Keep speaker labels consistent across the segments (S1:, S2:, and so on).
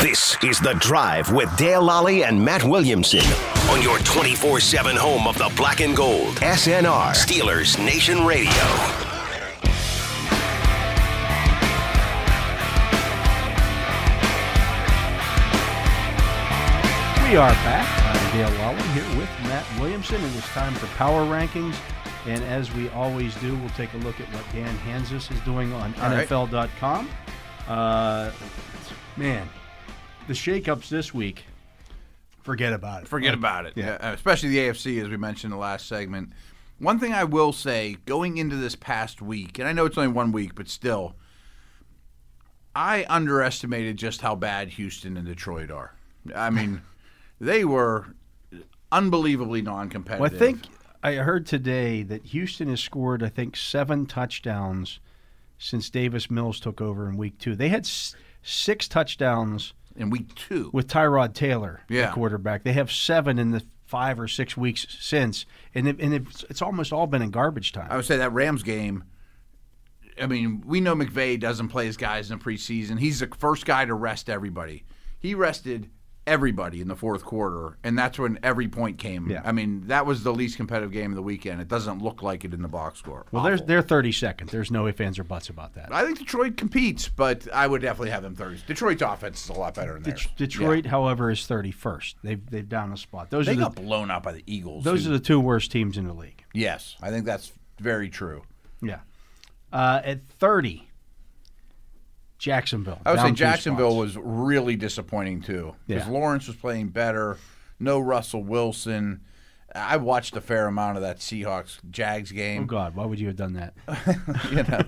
S1: This is The Drive with Dale Lally and Matt Williamson on your 24 7 home of the black and gold. SNR, Steelers Nation Radio.
S2: We are back. I'm Dale Lally here with Matt Williamson. It is time for power rankings. And as we always do, we'll take a look at what Dan Hansis is doing on
S3: right.
S2: NFL.com. Uh, man, the shakeups this week, forget about it.
S3: Forget about it. Yeah. Uh, especially the AFC, as we mentioned in the last segment. One thing I will say going into this past week, and I know it's only one week, but still, I underestimated just how bad Houston and Detroit are. I mean, they were unbelievably non competitive.
S2: Well, I think I heard today that Houston has scored, I think, seven touchdowns since Davis Mills took over in week two. They had s- six touchdowns
S3: in week two.
S2: with Tyrod Taylor,
S3: Yeah.
S2: the quarterback. They have seven in the five or six weeks since, and it, and it's, it's almost all been in garbage time.
S3: I would say that Rams game. I mean, we know McVay doesn't play his guys in the preseason. He's the first guy to rest everybody. He rested everybody in the fourth quarter, and that's when every point came.
S2: Yeah.
S3: I mean, that was the least competitive game of the weekend. It doesn't look like it in the box score.
S2: well, there's
S3: Awful.
S2: they're 32nd. There's no ifs ands or buts about that.
S3: I think Detroit competes, but I would definitely have them third. Detroit's offense is a lot better than theirs.
S2: Det- Detroit, however, is 31st. They've they've down a spot. Those
S3: They
S2: are the
S3: got blown out by the Eagles.
S2: those
S3: who-
S2: are the two worst teams in the league.
S3: yes, I think that's very true.
S2: Yeah. Uh, at 30, Jacksonville.
S3: I would
S2: down
S3: say
S2: two
S3: Jacksonville
S2: spots.
S3: was really disappointing too. Because
S2: Yeah.
S3: Lawrence was playing better. No Russell Wilson. I watched a fair amount of that Seahawks Jags
S2: Oh
S3: game.
S2: God! Why would you have done that?
S3: you know.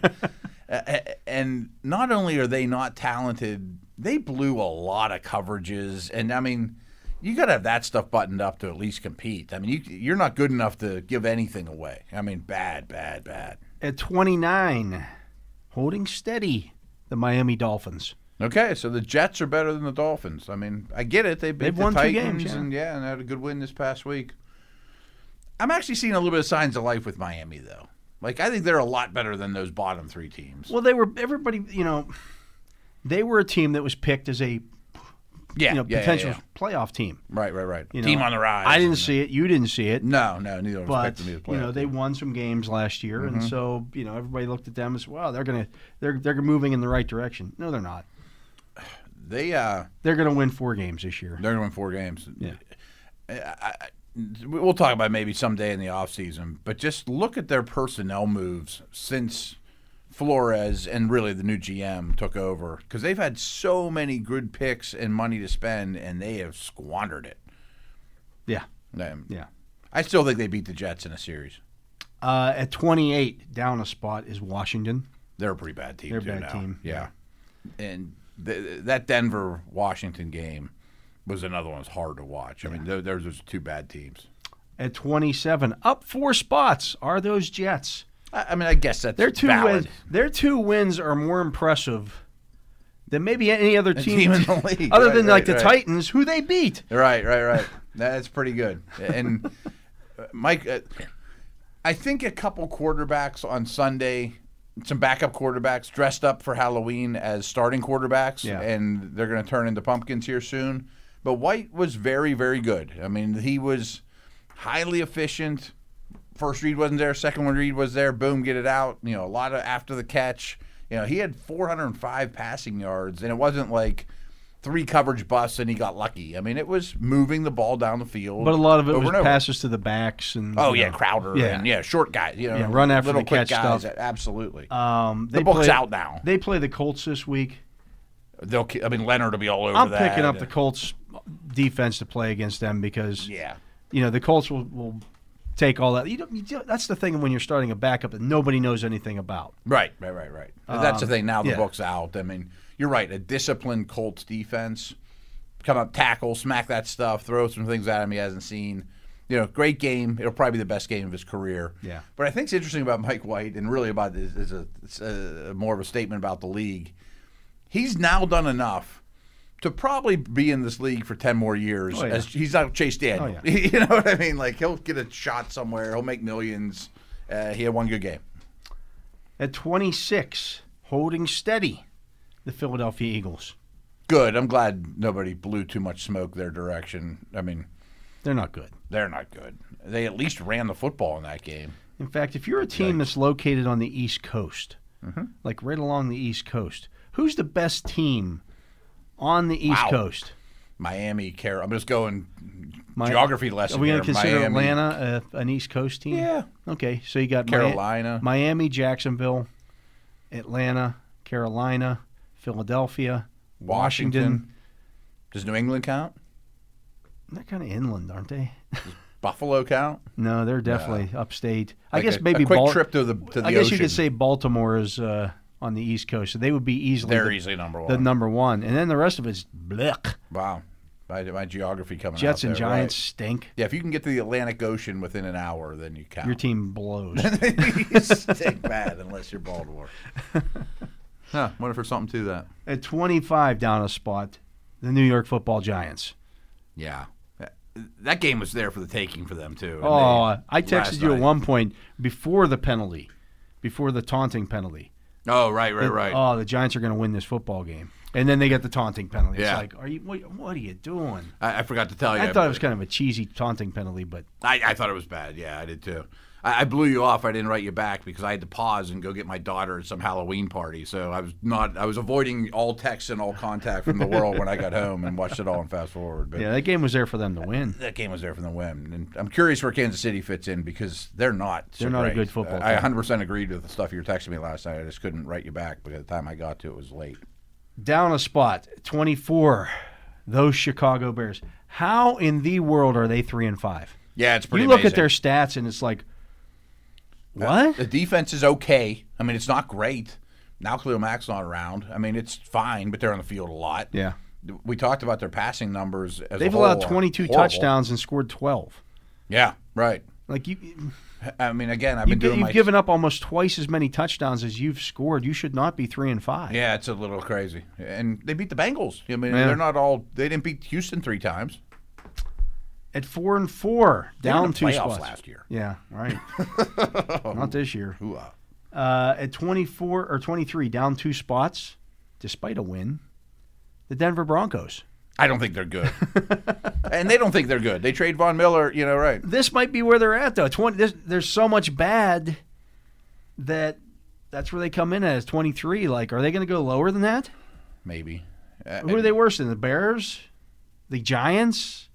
S3: A- and not only are they not talented, they blew a lot of coverages. And I mean, you got to have that stuff buttoned up to at least compete. I mean, you, you're not good enough to give anything away. I mean, bad, bad, bad.
S2: At 29, holding steady, the Miami Dolphins.
S3: Okay, so the Jets are better than the Dolphins. I mean, I get it. They beat
S2: They've
S3: the
S2: won two
S3: Titans
S2: games, yeah.
S3: and yeah, and had a good win this past week. I'm actually seeing a little bit of signs of life with Miami though. Like I think they're a lot better than those bottom three teams.
S2: Well, they were everybody. You know, they were a team that was picked as a
S3: yeah,
S2: you know
S3: yeah, yeah,
S2: potential
S3: yeah.
S2: playoff team.
S3: Right, right, right.
S2: You
S3: Team
S2: know,
S3: on the rise.
S2: I didn't see it. You didn't see it.
S3: No, no, neither of them
S2: But
S3: expected me to play. Mm-hmm.
S2: you know, they won some games last year, and so you know everybody looked at them as well. They're gonna they're they're moving in the right direction. No, they're not.
S3: they uh
S2: They're gonna win four games this year.
S3: they're gonna win four games.
S2: Yeah.
S3: We- We'll talk about maybe someday in the offseason, but just look at their personnel moves since Flores and really the new GM took over because they've had so many good picks and money to spend, and they have squandered it.
S2: Yeah,
S3: Um,
S2: yeah.
S3: I still think they beat the Jets in a series.
S2: Uh, at 28, down a spot is Washington.
S3: They're a pretty bad team.
S2: They're a
S3: too
S2: bad
S3: now.
S2: team,
S3: Yeah, and th- that Denver Washington game was another one that's hard to watch. I mean, th- there's just two bad teams.
S2: At 27, up four spots are those Jets.
S3: I, I mean, I guess that's
S2: Their two
S3: valid.
S2: wins, their two wins are more impressive than maybe any other team,
S3: team in the league.
S2: other
S3: Right,
S2: than
S3: right,
S2: like the
S3: right.
S2: Titans, who they beat.
S3: Right, right, right. That's pretty good. And uh, Mike, uh, I think a couple quarterbacks on Sunday, some backup quarterbacks dressed up for Halloween as starting quarterbacks,
S2: Yeah.
S3: and they're going to turn into pumpkins here soon. But White was very, very good. I mean, he was highly efficient. First read wasn't there. Second one read was there. Boom, get it out. You know, a lot of after the catch. You know, he had 405 passing yards, and it wasn't like three coverage busts and he got lucky. I mean, it was moving the ball down the field.
S2: But a lot of it
S3: over
S2: was
S3: and over.
S2: passes to the backs and
S3: Oh
S2: you
S3: yeah,
S2: know,
S3: Crowder.
S2: Yeah.
S3: Yeah, and, yeah, short guys. You know,
S2: Yeah, run after
S3: little
S2: the
S3: quick
S2: catch
S3: guys.
S2: stuff.
S3: Absolutely.
S2: Um, they
S3: the book's
S2: play-
S3: out now.
S2: They play the Colts this week.
S3: They'll. ki- I mean, Leonard will be all over
S2: I'm
S3: that.
S2: picking up the Colts defense to play against them because
S3: Yeah.
S2: you know the Colts will, will take all that. You don't, you don't, that's the thing when you're starting a backup that nobody knows anything about.
S3: Right, right, right, right. That's the thing. Now
S2: Um,
S3: the
S2: yeah.
S3: book's out. I mean, you're right. A disciplined Colts defense, come up, tackle, smack that stuff, throw some things at him he hasn't seen. You know, great game. It'll probably be the best game of his career.
S2: Yeah.
S3: But I think's interesting about Mike White and really about this is a, it's a uh, more of a statement about the league. He's now done enough to probably be in this league for ten more years.
S2: Oh, yeah.
S3: As he's not Chase Daniel.
S2: Oh, yeah.
S3: you know what I mean? Like he'll get a shot somewhere. He'll make millions. Uh, he had one good game.
S2: At 26, holding steady, the Philadelphia Eagles.
S3: Good. I'm glad nobody blew too much smoke their direction. I mean,
S2: They're not good.
S3: they're not good. They at least ran the football in that game.
S2: In fact, if you're a team that's located on the East Coast,
S3: Mm-hmm.
S2: like right along the East Coast, who's the best team on the East
S3: Wow.
S2: Coast?
S3: Miami, Carol. I'm just going
S2: Mi-
S3: geography lesson.
S2: Are we
S3: going
S2: to consider Atlanta a, an East Coast team?
S3: Yeah.
S2: Okay, so you got Mi-
S3: Carolina.
S2: Miami, Jacksonville, Atlanta, Carolina, Philadelphia,
S3: Washington.
S2: Washington.
S3: Does New England count?
S2: They're kind of inland, aren't they?
S3: Buffalo count?
S2: No, they're definitely upstate. I
S3: Like
S2: guess
S3: a-
S2: maybe
S3: a quick
S2: Bal-
S3: trip to the to the
S2: I guess
S3: ocean.
S2: you could say Baltimore is uh, on the East Coast, so they would be easily
S3: they're
S2: the,
S3: easily number one.
S2: the number one, and then the rest of it's blech.
S3: wow, my, my geography coming.
S2: Jets
S3: out
S2: and
S3: there, right.
S2: Giants stink.
S3: Yeah, if you can get to the Atlantic Ocean within an hour, then you count.
S2: Your team blows.
S3: you stink bad unless you're Baltimore. huh? Wonder if there's something to that.
S2: At 25 down a spot, the New York Football Giants.
S3: Yeah. That- That game was there for the taking for them too. and
S2: Oh,
S3: they-
S2: I texted
S3: last
S2: you at
S3: night-
S2: one point before the penalty, before the taunting penalty.
S3: Oh, right, right, right.
S2: Oh, the Giants are going to win this football game, and then they get the taunting penalty.
S3: Yeah.
S2: It's like, are you? What, what are you doing?
S3: I, I forgot to tell you.
S2: I thought it was kind of a cheesy taunting penalty, but
S3: I, I thought it was bad. Yeah, I did too. I, I blew you off. I didn't write you back because I had to pause and go get my daughter at some Halloween party. So I was not. I was avoiding all texts and all contact from the world when I got home and watched it all on fast forward. But
S2: yeah, that game was there for them to win.
S3: that game was there from the whim. And I'm curious where Kansas City fits in because they're not. so
S2: They're not a
S3: great.
S2: good football
S3: I
S2: team.
S3: 100 percent agreed with the stuff you were texting me last night. I just couldn't write you back, but at the time I got to, it was late.
S2: Down a spot, 24. Those Chicago Bears. How in the world are they three and five?
S3: Yeah, it's pretty.
S2: you look at
S3: amazing.
S2: their stats and it's like,
S3: Uh,
S2: what?
S3: The defense is okay. I mean, it's not great. Now Cleo Mack's not around. I mean, it's fine, but they're on the field a lot.
S2: yeah,
S3: We talked about their passing numbers. As a
S2: they've
S3: whole
S2: allowed
S3: are
S2: 22
S3: horrible.
S2: touchdowns and scored 12.
S3: Yeah, right.
S2: Like you, you
S3: I mean, again, I've been doing
S2: have
S3: my.
S2: given up almost twice as many touchdowns as you've scored. You should not be three and five.
S3: yeah, it's a little crazy, and they beat the Bengals. I mean,
S2: Yeah.
S3: they're not all. They didn't beat Houston three times.
S2: At four and four,
S3: They were in
S2: down
S3: the
S2: two
S3: playoffs
S2: spots.
S3: last year.
S2: Yeah, right. not this year.
S3: Ooh-ah.
S2: Uh, at 24 or 23, down two spots, despite a win, the Denver Broncos.
S3: I don't think they're good, and they don't think they're good. They trade Von Miller. You know, right?
S2: This might be where they're at, though. 20, this, there's so much bad that that's where they come in as 23. Like, are they going to go lower than that?
S3: Maybe. Uh,
S2: Who are they worse than? The Bears? The Giants?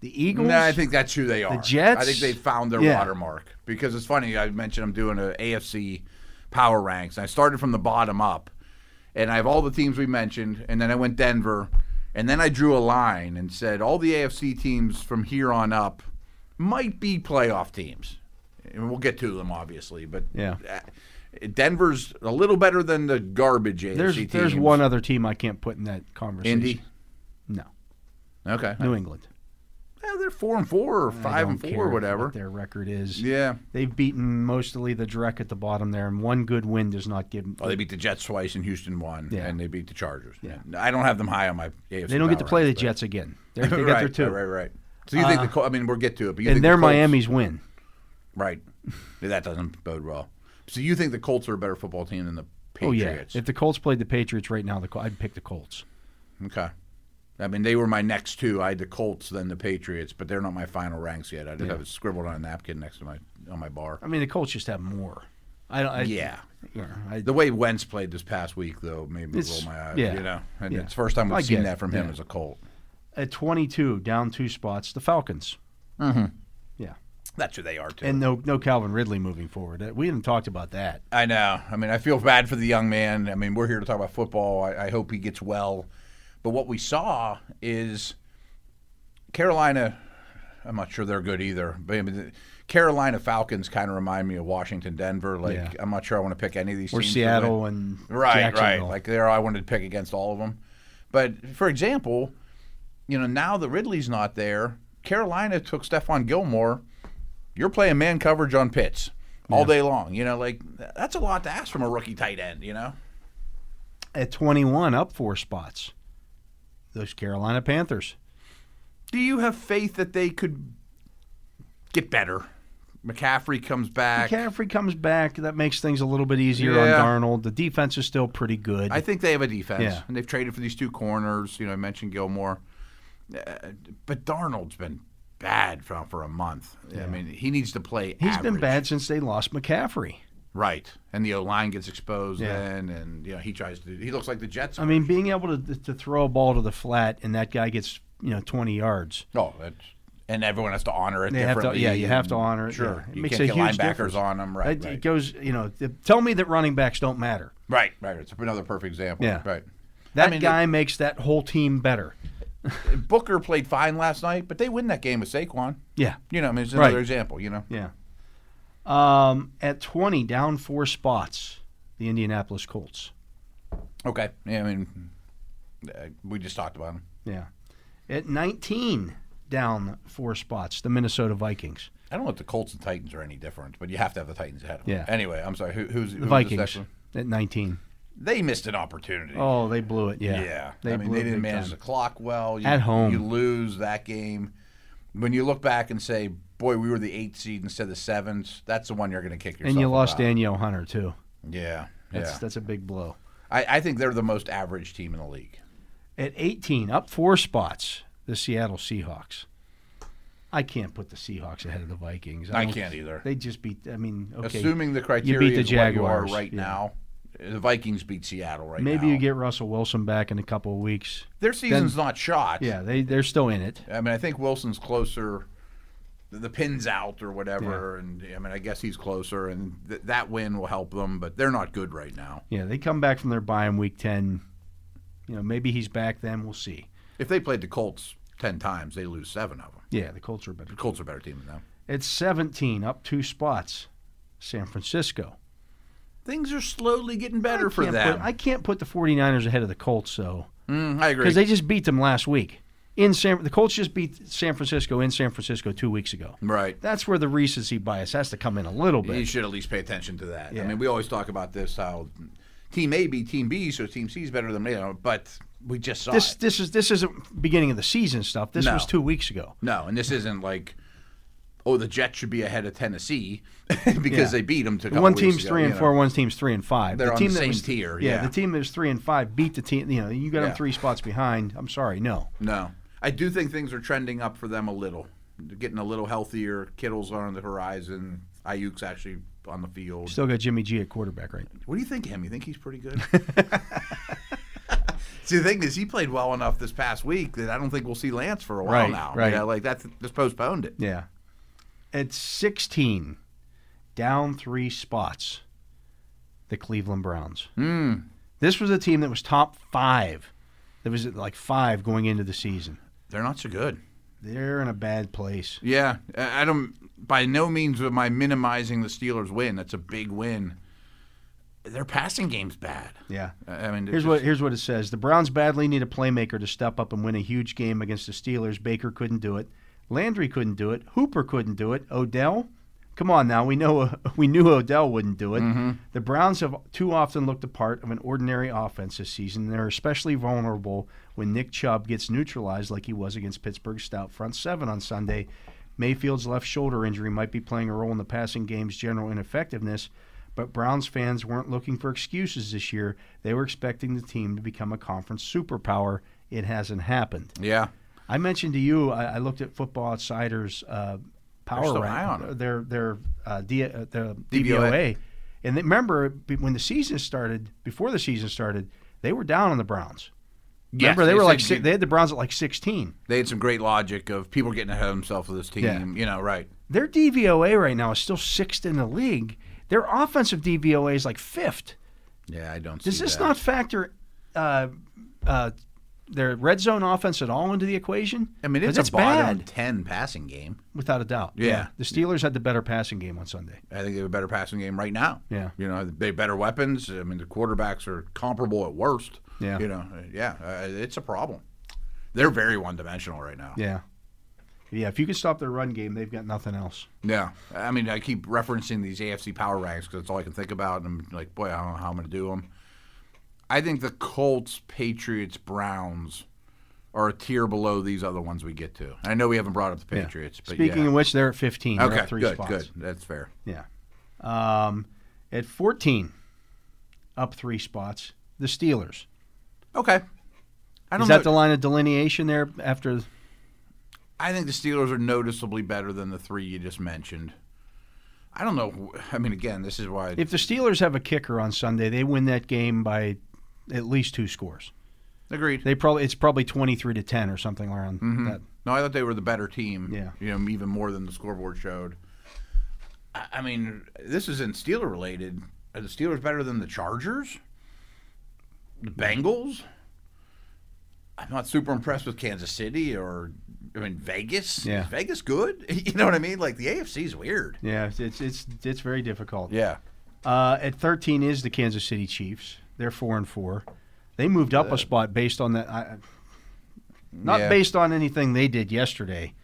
S2: The Eagles?
S3: No, I think that's who they are.
S2: Jets?
S3: I think they found their
S2: Yeah.
S3: watermark because it's funny. I mentioned I'm doing a AFC power ranks. I started from the bottom up, and I have all the teams we mentioned, and then I went Denver, and then I drew a line and said all the AFC teams from here on up might be playoff teams, and we'll get to them obviously. But
S2: Yeah.
S3: uh, Denver's a little better than the garbage AFC
S2: there's
S3: teams.
S2: there's one other team I can't put in that conversation.
S3: Indy.
S2: No,
S3: Okay,
S2: New England.
S3: yeah, they're four and four or
S2: I
S3: five and
S2: don't
S3: four,
S2: care
S3: or whatever.
S2: What their record is.
S3: Yeah.
S2: They've beaten mostly the Drek at the bottom there, and one good win does not give.
S3: Well, they beat the Jets twice and Houston won,
S2: Yeah.
S3: and they beat the Chargers.
S2: Yeah.
S3: I don't have them high on my AFC.
S2: They don't get to
S3: power
S2: play the
S3: ranks,
S2: Jets again. They're,
S3: but-
S2: they
S3: right,
S2: got their two,
S3: Right, right. So you think the Col- I mean, we'll get to it, but you think
S2: Uh, and
S3: the
S2: they're
S3: Colts-
S2: Miami's win.
S3: Right. Yeah, that doesn't bode well. So you think the Colts are a better football team than the
S2: Oh yeah.
S3: Patriots?
S2: If the Colts played the Patriots right now, the Col- I'd pick the Colts.
S3: Okay. I mean, they were my next two. I had the Colts, then the Patriots, but they're not my final ranks yet. I just have it scribbled on a napkin next to my on my bar.
S2: I mean, the Colts just have more. I don't. I,
S3: Yeah.
S2: yeah, I,
S3: The way Wentz played this past week, though, made me roll
S2: It's-
S3: my eyes.
S2: yeah.
S3: You know, and
S2: Yeah.
S3: it's the first time we've
S2: I
S3: seen
S2: get
S3: that
S2: it.
S3: from him
S2: Yeah.
S3: as a Colt.
S2: at 22, down two spots, the Falcons. Mm-hmm. Yeah,
S3: That's who they are too.
S2: and no, no Calvin Ridley moving forward. Uh, We haven't talked about that.
S3: I know. I mean, I feel bad for the young man. I mean, we're here to talk about football. I, I hope he gets well. But what we saw is Carolina. I'm not sure they're good either. But I mean, the Carolina Falcons kind of remind me of Washington, Denver. Like,
S2: Yeah.
S3: I'm not sure I want to pick any of these.
S2: Or
S3: teams to win.
S2: Seattle and
S3: Right, right.
S2: Jacksonville.
S3: Like there, I wanted to pick against all of them. But for example, you know, now that Ridley's not there, Carolina took Stephon Gilmore. You're playing man coverage on Pitts all day long. You know, like that's a lot to ask from a rookie tight end. You know,
S2: at 21, up four spots. Those Carolina Panthers.
S3: do you have faith that they could get better? McCaffrey comes back.
S2: McCaffrey comes back. That makes things a little bit easier
S3: Yeah.
S2: on Darnold. The defense is still pretty good.
S3: I think they have a defense,
S2: Yeah.
S3: and they've traded for these two corners. You know, I mentioned Gilmore, Uh, but Darnold's been bad for, for a month. I mean, he needs to play.
S2: He's
S3: He's
S2: been bad since they lost McCaffrey.
S3: right? And the O line gets exposed
S2: Yeah.
S3: then, and you know he tries to. He looks like the Jets.
S2: I mean, being able to to throw a ball to the flat and that guy gets you know twenty yards.
S3: oh, that's, and everyone has to honor it.
S2: They have to-
S3: differently.
S2: yeah, you have to
S3: and-
S2: honor it,
S3: Sure,
S2: yeah. It
S3: you
S2: makes
S3: can't
S2: a
S3: get
S2: huge
S3: linebackers
S2: difference.
S3: on them. Right,
S2: It-
S3: right.
S2: It goes, you know, th- tell me that running backs don't matter.
S3: right, right. It's another perfect example.
S2: Yeah.
S3: right.
S2: That
S3: I mean,
S2: guy makes that whole team better.
S3: Booker played fine last night, but they win that game with Saquon.
S2: Yeah,
S3: You know, I mean, it's
S2: Right.
S3: another example. You know,
S2: yeah. Um, at twenty, down four spots, the Indianapolis Colts.
S3: okay. Yeah, I mean, uh, we just talked about him.
S2: Yeah, at nineteen, down four spots, the Minnesota Vikings.
S3: I don't know if the Colts and Titans are any different, but you have to have the Titans ahead of them.
S2: Yeah.
S3: Anyway, I'm sorry. Who, who's who's
S2: The
S3: The
S2: Vikings
S3: second?
S2: at nineteen.
S3: they missed an opportunity.
S2: Oh, they blew it. Yeah,
S3: yeah.
S2: They
S3: I mean,
S2: blew
S3: they
S2: it
S3: didn't
S2: big
S3: manage
S2: time.
S3: the clock well. You,
S2: At home.
S3: you lose that game. When you look back and say, "Boy, we were the eighth seed instead of the seventh, that's the one you're going to kick yourself.
S2: and you lost
S3: about.
S2: Danielle Hunter too.
S3: Yeah,
S2: That's
S3: yeah.
S2: that's a big blow.
S3: I, I think they're the most average team in the league.
S2: At 18, up four spots, the Seattle Seahawks. I can't put the Seahawks ahead of the Vikings.
S3: I
S2: don't-
S3: can't either.
S2: They just beat. I mean, okay.
S3: Assuming the criteria
S2: beat the
S3: is where you are
S2: Jaguars,
S3: right
S2: yeah.
S3: now, the Vikings beat Seattle right now.
S2: maybe you get Russell Wilson back in a couple of weeks.
S3: their season's not shot.
S2: Yeah, they they're still in it.
S3: I mean, I think Wilson's closer. The, the pin's out or whatever, and I mean, I guess he's closer, and th- that win will help them. But they're not good right now.
S2: Yeah, they come back from their bye in week 10. You know, maybe he's back then. We'll see.
S3: If they played the Colts ten times, they lose seven of them.
S2: Yeah, the Colts are better.
S3: The Colts are a better team than them.
S2: At 17, up two spots, San Francisco.
S3: Things are slowly getting better
S2: I
S3: for
S2: can't
S3: them.
S2: Put, I can't put the 49ers ahead of the Colts, though.
S3: Mm, I agree.
S2: because they just beat them last week in San. The Colts just beat San Francisco in San Francisco two weeks ago.
S3: right.
S2: That's where the recency bias has to come in a little
S3: You
S2: bit.
S3: should at least pay attention to that.
S2: Yeah.
S3: I mean, we always talk about this how team A beat team B, so team C is better than you know, but we just saw
S2: This
S3: it.
S2: this is this isn't beginning of the season stuff. This
S3: No.
S2: was two weeks ago.
S3: No, and this isn't like, oh, the Jets should be ahead of Tennessee because
S2: Yeah.
S3: they beat them. To a couple
S2: One
S3: weeks
S2: team's
S3: ago,
S2: three
S3: you
S2: and
S3: know.
S2: four. One team's three and five.
S3: They're on
S2: team
S3: the
S2: that
S3: same
S2: was-
S3: tier,
S2: Yeah,
S3: yeah.
S2: the team that was three and five beat the team. You know, you got
S3: Yeah.
S2: them three spots behind. I'm sorry, no.
S3: No, I do think things are trending up for them a little. They're getting a little healthier. Kittle's on the horizon. Ayuk's actually on the field.
S2: Still got Jimmy G at quarterback, right?
S3: what do you think of him? You think he's pretty good? See, the thing is, he played well enough this past week that I don't think we'll see Lance for a while
S2: Right,
S3: now.
S2: right.
S3: Yeah, like that's just postponed it.
S2: Yeah. At 16, down three spots, the Cleveland Browns. This was a team that was top five. There was like five going into the season.
S3: They're not so good.
S2: They're in a bad place.
S3: Yeah, I I don't. By no means am I minimizing the Steelers' win. That's a big win. Their passing game's bad.
S2: Yeah.
S3: I- I mean, it
S2: Here's
S3: just-
S2: what here's what it says. The Browns badly need a playmaker to step up and win a huge game against the Steelers. Baker couldn't do it. Landry couldn't do it. Hooper couldn't do it. Odell, come on now. We know we knew Odell wouldn't do it. The Browns have too often looked a part of an ordinary offense this season. They're especially vulnerable when Nick Chubb gets neutralized like he was against Pittsburgh's stout front seven on Sunday. Mayfield's left shoulder injury might be playing a role in the passing game's general ineffectiveness. But Browns fans weren't looking for excuses this year. They were expecting the team to become a conference superpower. It hasn't happened.
S3: Yeah,
S2: I mentioned to you, I, I looked at Football Outsiders' uh, power
S3: still
S2: rank-
S3: high on it.
S2: their their uh, D, uh, the
S3: DVOA.
S2: DVOA, and they, remember b- when the season started, before the season started, they were down on the Browns.
S3: Yes,
S2: remember, they,
S3: they
S2: were like
S3: said
S2: si-
S3: you-
S2: they had the Browns at like sixteen.
S3: they had some great logic of people getting ahead of themselves with this team.
S2: Yeah.
S3: You know, right?
S2: Their DVOA right now is still sixth in the league. Their offensive DVOA is like fifth.
S3: Yeah, I don't.
S2: Does
S3: see
S2: this
S3: that.
S2: not factor uh, uh, their red zone offense at all into the equation?
S3: I mean,
S2: 'Cause
S3: it's, a bottom
S2: bad,
S3: ten passing game.
S2: without a doubt.
S3: Yeah.
S2: the Steelers had the better passing game on Sunday.
S3: I think they have a better passing game right now.
S2: Yeah.
S3: you know, they have better weapons. I mean, the quarterbacks are comparable at worst.
S2: Yeah.
S3: you know, uh, yeah, uh, it's a problem. They're very one dimensional right now.
S2: Yeah, yeah. If you can stop their run game, they've got nothing else.
S3: Yeah, I mean, I keep referencing these AFC power ranks because that's all I can think about, and I'm like, boy, I don't know how I'm going to do them. I think the Colts, Patriots, Browns are a tier below these other ones we get to. I know we haven't brought up the
S2: Yeah.
S3: Patriots, but
S2: Speaking
S3: yeah.
S2: of which, they're at 15. They're
S3: okay,
S2: up three
S3: good,
S2: spots.
S3: good. That's fair.
S2: Yeah. Um, at 14, up three spots, the Steelers.
S3: Okay. I don't
S2: Is
S3: know.
S2: that the line of delineation there after?
S3: I think the Steelers are noticeably better than the three you just mentioned. I don't know. I mean, again, this is why.
S2: If the Steelers have a kicker on Sunday, they win that game by at least two scores.
S3: agreed.
S2: They probably it's probably 23 to 10 or something around that.
S3: No, I thought they were the better team.
S2: Yeah.
S3: You know, even more than the scoreboard showed. I, I mean, this isn't Steeler related. Are the Steelers better than the Chargers? The Bengals? I'm not super impressed with Kansas City or, I mean, Vegas.
S2: Yeah.
S3: Is Vegas good? You know what I mean? Like, the AFC's weird.
S2: Yeah, it's- it's it's it's very difficult.
S3: Yeah.
S2: Uh, at 13 is the Kansas City Chiefs. They're four and four. They moved up a spot based on that. I, I- not
S3: Yeah.
S2: based on anything they did yesterday,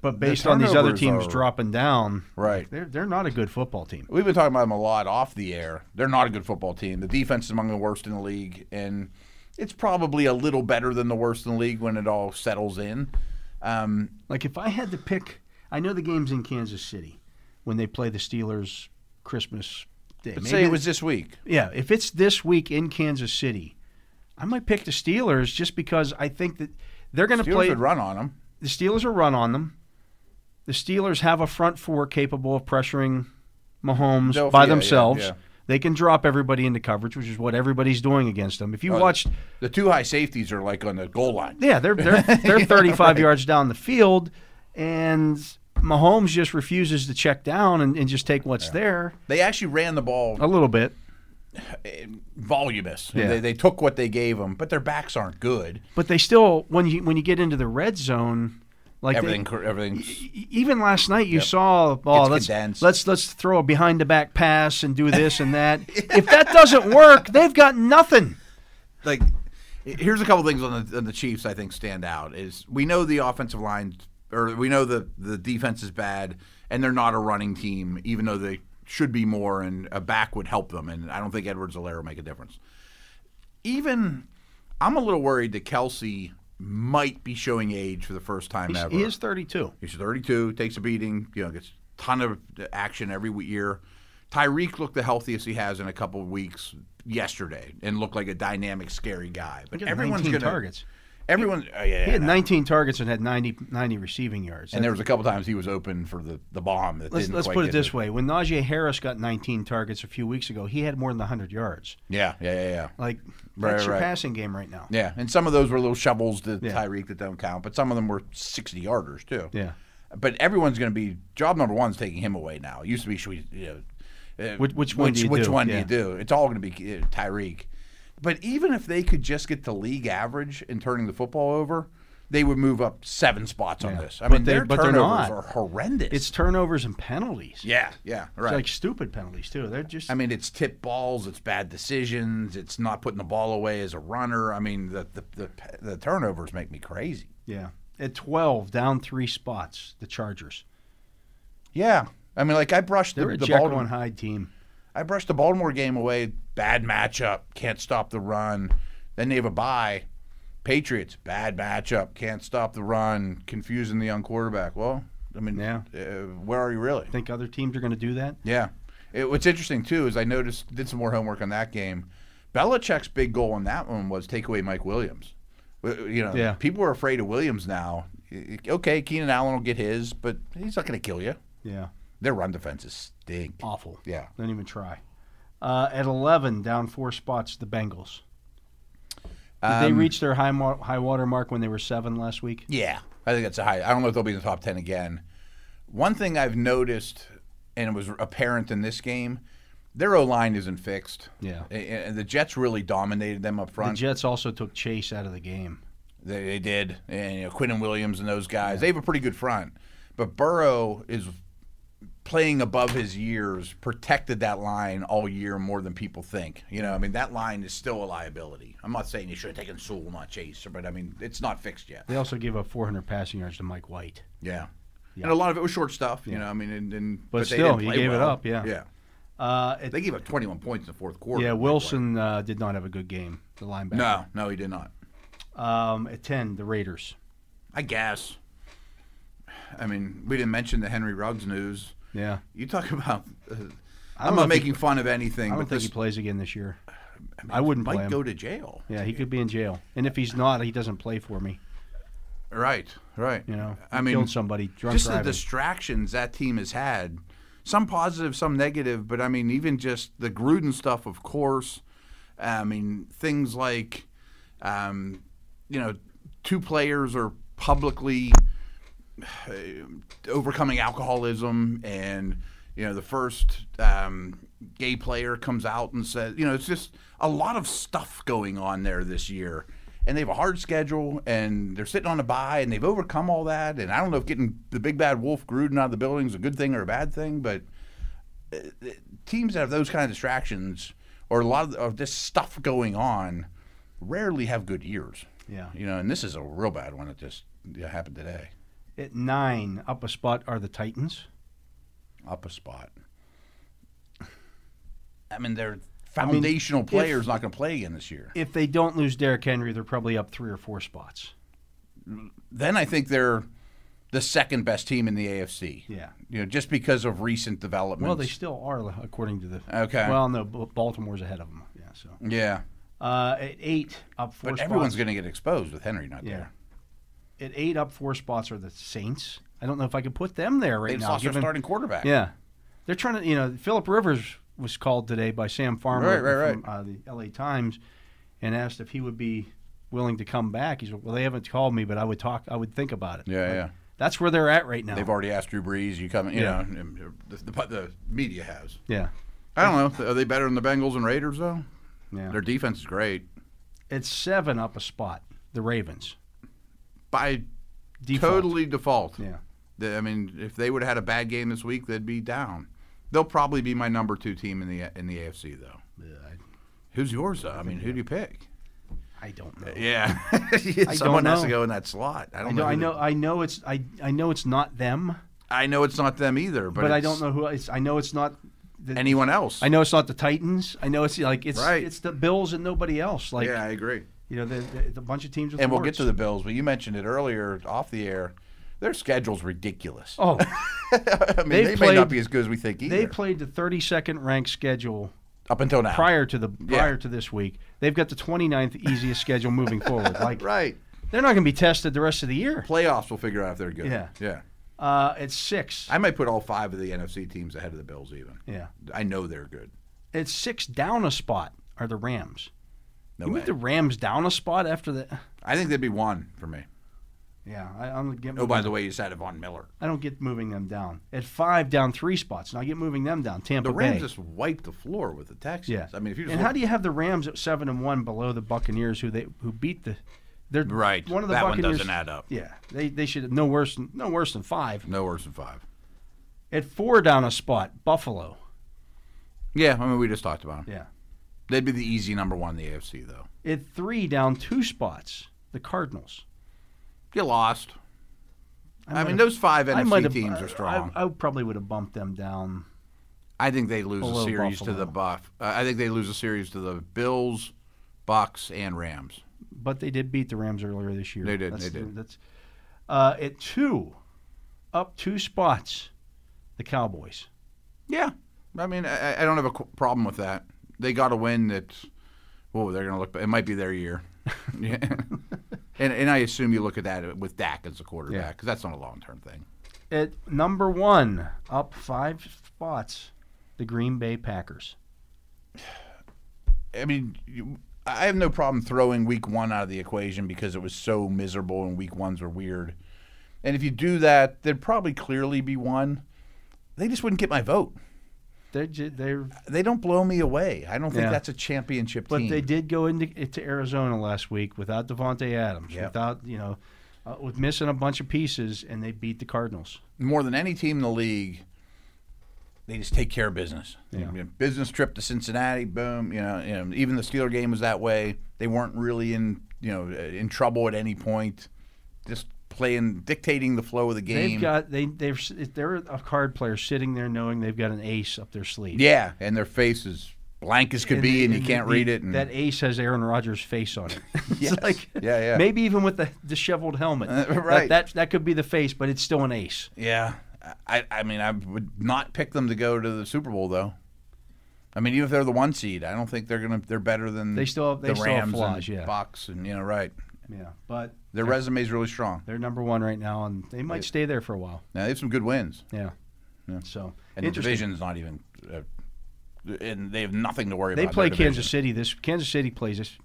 S2: but based on these other
S3: turnovers
S2: teams
S3: are-
S2: dropping down.
S3: Right.
S2: They're they're not a good football team.
S3: We've been talking about them a lot off the air. They're not a good football team. The defense is among the worst in the league, and it's probably a little better than the worst in the league when it all settles in. Um,
S2: Like if I had to pick, I know the game's in Kansas City when they play the Steelers Christmas Day.
S3: but
S2: Maybe
S3: say it
S2: it-
S3: was this week.
S2: yeah, if it's this week in Kansas City, I might pick the Steelers just because I think that they're going to
S3: Steelers
S2: play.
S3: would run on them.
S2: the Steelers are run on them. The Steelers have a front four capable of pressuring Mahomes
S3: They'll-
S2: by
S3: yeah, yeah,
S2: themselves.
S3: yeah.
S2: They can drop everybody into coverage, which is what everybody's doing against them. If you
S3: Oh,
S2: watched,
S3: The two high safeties are like on the goal line.
S2: yeah, they're they're they're 35 yards down the field, and Mahomes just refuses to check down and, and just take what's there
S3: They actually ran the ball
S2: a little bit.
S3: voluminous.
S2: Yeah.
S3: They, they took what they gave them, but their backs aren't good.
S2: But they still, when you when you get into the red zone, like they-
S3: Everything, everything's
S2: e- even last night you saw oh
S3: It's
S2: let's
S3: condensed.
S2: let's let's throw a behind the back pass and do this and that. if that doesn't work, they've got nothing.
S3: like here's a couple things on the, on the Chiefs I think stand out is we know the offensive line or we know the the defense is bad and they're not a running team even though they should be more and a back would help them and I don't think Edwards Alaire will make a difference. Even I'm a little worried that Kelsey might be showing age for the first time
S2: He's-
S3: ever.
S2: He is 32.
S3: He's 32, takes a beating, you know, gets a ton of action every year. Tyreek looked the healthiest he has in a couple of weeks yesterday and looked like a dynamic, scary guy. But
S2: He had
S3: everyone's
S2: 19
S3: gonna
S2: targets.
S3: Everyone, oh, yeah,
S2: He had
S3: no.
S2: 19 targets and had 90, 90 receiving yards.
S3: and there was a couple times he was open for the, the bomb that
S2: let's
S3: didn't
S2: let's
S3: quite
S2: put it
S3: get
S2: this way: when Najee Harris got 19 targets a few weeks ago, he had more than 100 yards.
S3: Yeah, yeah, yeah, yeah.
S2: Like
S3: Right,
S2: that's your
S3: right.
S2: passing game right now.
S3: Yeah, and some of those were little shovels to
S2: Yeah.
S3: Tyreek that don't count, but some of them were 60 yarders too.
S2: Yeah.
S3: But everyone's going to be job number one's taking him away now. It used to be should we, you know, uh,
S2: Which- which one do you
S3: which
S2: do?
S3: one
S2: Yeah.
S3: do you do? It's all going to be uh, Tyreek. But even if they could just get to league average in turning the football over, they would move up seven spots on this. I
S2: But
S3: mean,
S2: they-
S3: their
S2: but they're
S3: turnovers
S2: not.
S3: are horrendous.
S2: It's turnovers and penalties.
S3: yeah, yeah,
S2: It's
S3: right.
S2: like stupid penalties too. They're just
S3: I mean, it's tip balls, it's bad decisions, it's not putting the ball away as a runner. I mean, the the, the, the turnovers make me crazy.
S2: yeah. At 12, down three spots, the Chargers.
S3: Yeah, I mean, like I brushed the,
S2: They're a
S3: the
S2: Jekyll
S3: Baltimore,
S2: and Hyde team.
S3: I brushed the Baltimore game away. Bad matchup, can't stop the run. Then they have a bye. Patriots, bad matchup, can't stop the run, confusing the young quarterback. Well, I mean,
S2: Yeah.
S3: uh, where are you really?
S2: Think other teams are going to do that?
S3: Yeah. It, what's interesting too is I noticed did some more homework on that game. Belichick's big goal on that one was take away Mike Williams. W- You know,
S2: Yeah.
S3: people are afraid of Williams now. I- I- Okay, Keenan Allen will get his, but he's not going to kill you.
S2: Yeah,
S3: Their run defenses stink.
S2: awful.
S3: Yeah.
S2: Don't even try. Uh, at 11, down four spots, the Bengals. Did they
S3: Um,
S2: reach their high mar- high water mark when they were seven last week?
S3: Yeah, I think that's a high. I don't know if they'll be in the top ten again. One thing I've noticed, and it was apparent in this game, their O line isn't fixed.
S2: Yeah.
S3: A- a- and the Jets really dominated them up
S2: The
S3: front.
S2: Jets also took Chase out of the game.
S3: They, they did, and you know, Quinn and Williams and those guys. They have a pretty good front, but Burrow is playing above his years, protected that line all year more than people think. You know, I mean that line is still a liability. I'm not saying you should have taken Sewell, not Chase, but I mean it's not fixed yet.
S2: They also gave up 400 passing yards to Mike White.
S3: Yeah. And a lot of it was short stuff, you know. I mean, and, and
S2: But
S3: they
S2: still,
S3: did
S2: you
S3: play
S2: gave it
S3: well.
S2: up, yeah.
S3: yeah.
S2: Uh, at-
S3: They gave up 21 points in the fourth quarter.
S2: yeah,
S3: Like,
S2: Wilson uh, did not have a good game, the linebacker.
S3: No, no, he did not.
S2: Um, at ten, the Raiders.
S3: I guess. I mean, we didn't mention the Henry Ruggs news.
S2: Yeah,
S3: You talk about. Uh,
S2: don't
S3: I'm
S2: know
S3: not
S2: if he-
S3: making fun of anything,
S2: I don't
S3: but
S2: think
S3: this
S2: he plays again this year. I wouldn't play
S3: might
S2: him.
S3: go to jail.
S2: yeah, he could be in jail, and if he's not, he doesn't play for me.
S3: Right. Right.
S2: You know,
S3: I
S2: he
S3: mean,
S2: killed somebody drunk
S3: just the
S2: driving.
S3: distractions that team has had, some positive, some negative, but I mean, even just the Gruden stuff, of course. I mean, things like, um, you know, two players are publicly uh, overcoming alcoholism, and you know, the first um, gay player comes out and says, you know, it's just a lot of stuff going on there this year. And they have a hard schedule, and they're sitting on a bye, and they've overcome all that. And I don't know if getting the big bad wolf Gruden out of the building is a good thing or a bad thing, but uh, teams that have those kind of distractions or a lot of, of this stuff going on rarely have good years.
S2: Yeah.
S3: You know, and this is a real bad one that just yeah, happened today.
S2: At nine, up a spot are the Titans.
S3: Up a spot. I mean, their foundational players not going to play again this year.
S2: If they don't lose Derrick Henry, they're probably up three or four spots.
S3: then I think they're the second best team in the AFC.
S2: Yeah.
S3: You know, just because of recent developments.
S2: Well, they still are, according to the.
S3: Okay.
S2: Well, no, B- Baltimore's ahead of them. Yeah. So
S3: yeah.
S2: uh, at eight, up four.
S3: But
S2: spots.
S3: everyone's going to get exposed with Henry not
S2: Yeah.
S3: there.
S2: At eight, up four spots are the Saints. I don't know if I could put them there right
S3: They just
S2: now.
S3: lost their
S2: given-
S3: starting quarterback.
S2: Yeah. They're trying to, you know, Philip Rivers was called today by Sam Farmer
S3: Right, right,
S2: from Uh, the LA Times and asked if he would be willing to come back. He said, "Well, they haven't called me, but I would talk. I would think about it."
S3: Yeah, yeah.
S2: That's where they're at right now.
S3: They've already asked Drew Brees. You come, you
S2: Yeah.
S3: know, and uh, the, the, the media has.
S2: yeah.
S3: I don't know. Are they better than the Bengals and Raiders though?
S2: Yeah.
S3: Their defense is great
S2: it's 7 up a spot. The Ravens.
S3: by
S2: Default.
S3: totally default.
S2: Yeah.
S3: The- I mean, if they would have had a bad game this week, they'd be down. They'll probably be my number two team in the in the AFC though. Who's yours though? I mean, who do you pick?
S2: I don't know.
S3: Yeah,
S2: don't
S3: someone has to
S2: know.
S3: go in that slot. I don't
S2: I know,
S3: who
S2: I
S3: the-
S2: know I know it's I I know it's not them,
S3: I know it's not them either, but,
S2: but, I
S3: it's
S2: don't know who it's, I know it's not the,
S3: anyone else.
S2: I know it's not the Titans. I know it's like it's
S3: Right.
S2: it's the Bills and nobody else. Like
S3: yeah, I agree.
S2: you know, the, the, the bunch of teams with
S3: And we'll get to
S2: warts.
S3: the Bills, but you mentioned it earlier off the air. Their schedule's ridiculous.
S2: Oh,
S3: I mean,
S2: They've
S3: they may
S2: played-
S3: not be as good as we think either.
S2: they played the 32nd ranked schedule
S3: up until now.
S2: prior to the
S3: Yeah.
S2: prior to this week. They've got the 29th easiest schedule moving forward. Like
S3: right.
S2: they're not going to be tested the rest of the year.
S3: Playoffs will figure out if they're good.
S2: Yeah.
S3: Yeah.
S2: Uh, at six,
S3: I might put all five of the NFC teams ahead of the Bills even.
S2: yeah,
S3: I know they're good.
S2: at six down a spot are the Rams.
S3: No
S2: you
S3: way.
S2: move the Rams down a spot after the.
S3: I think they'd be one for me.
S2: Yeah, I, I don't get.
S3: Oh, by the way, you just added Von Miller.
S2: I don't get moving them down. At five, down three spots, and I get moving them down. Tampa
S3: The Rams
S2: Bay.
S3: just wiped the floor with the Texans.
S2: Yeah.
S3: I mean, if you just
S2: and
S3: look-
S2: how do you have the Rams at seven and one below the Buccaneers, who they who beat the, they're
S3: Right.
S2: One of the
S3: That one
S2: Buccaneers
S3: doesn't add up.
S2: Yeah, they they should no worse than no worse than five.
S3: no worse than five.
S2: At four down a spot, Buffalo.
S3: Yeah, I mean, we just talked about them.
S2: Yeah.
S3: They'd be the easy number one in the AFC, though.
S2: At three down two spots, the Cardinals.
S3: You lost. I,
S2: might
S3: mean,
S2: have-
S3: those five
S2: I uh, might
S3: NFC
S2: have-
S3: teams
S2: I-
S3: are strong. I,
S2: I, I probably would have bumped them down.
S3: think they lose a
S2: Below
S3: series to
S2: Buffalo.
S3: the Buff. Uh, I think they lose a series to the Bills, Bucks, and Rams.
S2: but they did beat the Rams earlier this year.
S3: They did,
S2: That's
S3: they did.
S2: That's uh, at two, up two spots, the Cowboys.
S3: Yeah, I mean, I, I don't have a qu- problem with that. They got a win that's, whoa, they're going to look. It might be their year. yeah. and and I assume you look at that with Dak as a
S2: Yeah.
S3: quarterback because that's not a long term thing.
S2: At number one, up five spots, the Green Bay Packers.
S3: I mean, you, I have no problem throwing week one out of the equation because it was so miserable and week ones were weird. And if you do that, there'd probably clearly be one. They just wouldn't get my vote.
S2: They're, ju- they're
S3: They don't blow me away. I don't think
S2: Yeah.
S3: that's a championship
S2: but
S3: team.
S2: they did go into to Arizona last week without Devonte Adams,
S3: Yep.
S2: without you know, uh, with missing a bunch of pieces, and they beat the Cardinals.
S3: More than any team in the league, they just take care of business.
S2: Yeah.
S3: I mean, business trip to Cincinnati, boom. You know, you know, even the Steeler game was that way. They weren't really in you know in trouble at any point. Just playing, dictating the flow of the game.
S2: They've got they they're they're a card player sitting there knowing they've got an ace up their sleeve.
S3: Yeah, and their faces blank as could be, and you can't
S2: the-
S3: read it. And
S2: that ace has Aaron Rodgers' face on it. it's
S3: Yes.
S2: like
S3: Yeah, yeah.
S2: Maybe even with the disheveled helmet.
S3: Uh,
S2: That-
S3: right.
S2: That, that could be the face, but it's still an ace.
S3: yeah, I I mean I would not pick them to go to the Super Bowl though. I mean, even if they're the one seed, I don't think they're gonna. They're better than
S2: They still have- they
S3: the
S2: still have
S3: Rams
S2: flaws,
S3: and
S2: yeah.
S3: Bucks and you know right.
S2: Yeah. But
S3: Their resume's really strong.
S2: they're number one right now, and they might stay there for a while.
S3: Now they have some good wins,
S2: Yeah.
S3: Yeah.
S2: So
S3: and the division's not even. Uh, and they have nothing to worry
S2: They
S3: about. in
S2: play
S3: their division. Hmm.
S2: Kansas City this. Kansas City plays this.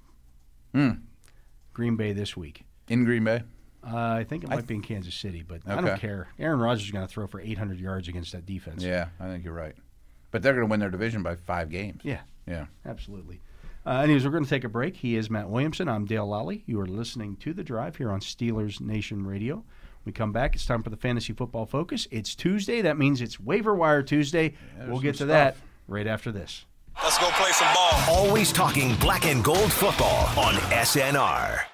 S2: Green Bay this week.
S3: in Green Bay.
S2: Uh, I think it might be in Kansas City, but I don't
S3: Okay.
S2: care. Aaron Rodgers is going to throw for 800 yards against that defense.
S3: Yeah, I think you're right. But they're going to win their division by five games.
S2: Yeah,
S3: Yeah.
S2: absolutely. Uh, anyways, we're going to take a break. He is Matt Williamson. I'm Dale Lally. You are listening to The Drive here on Steelers Nation Radio. When we come back. It's time for the Fantasy Football Focus. It's Tuesday. That means it's Waiver Wire Tuesday. we'll get to
S3: some
S2: that right after this.
S4: Let's go play some ball.
S1: Always talking black and gold football on SNR.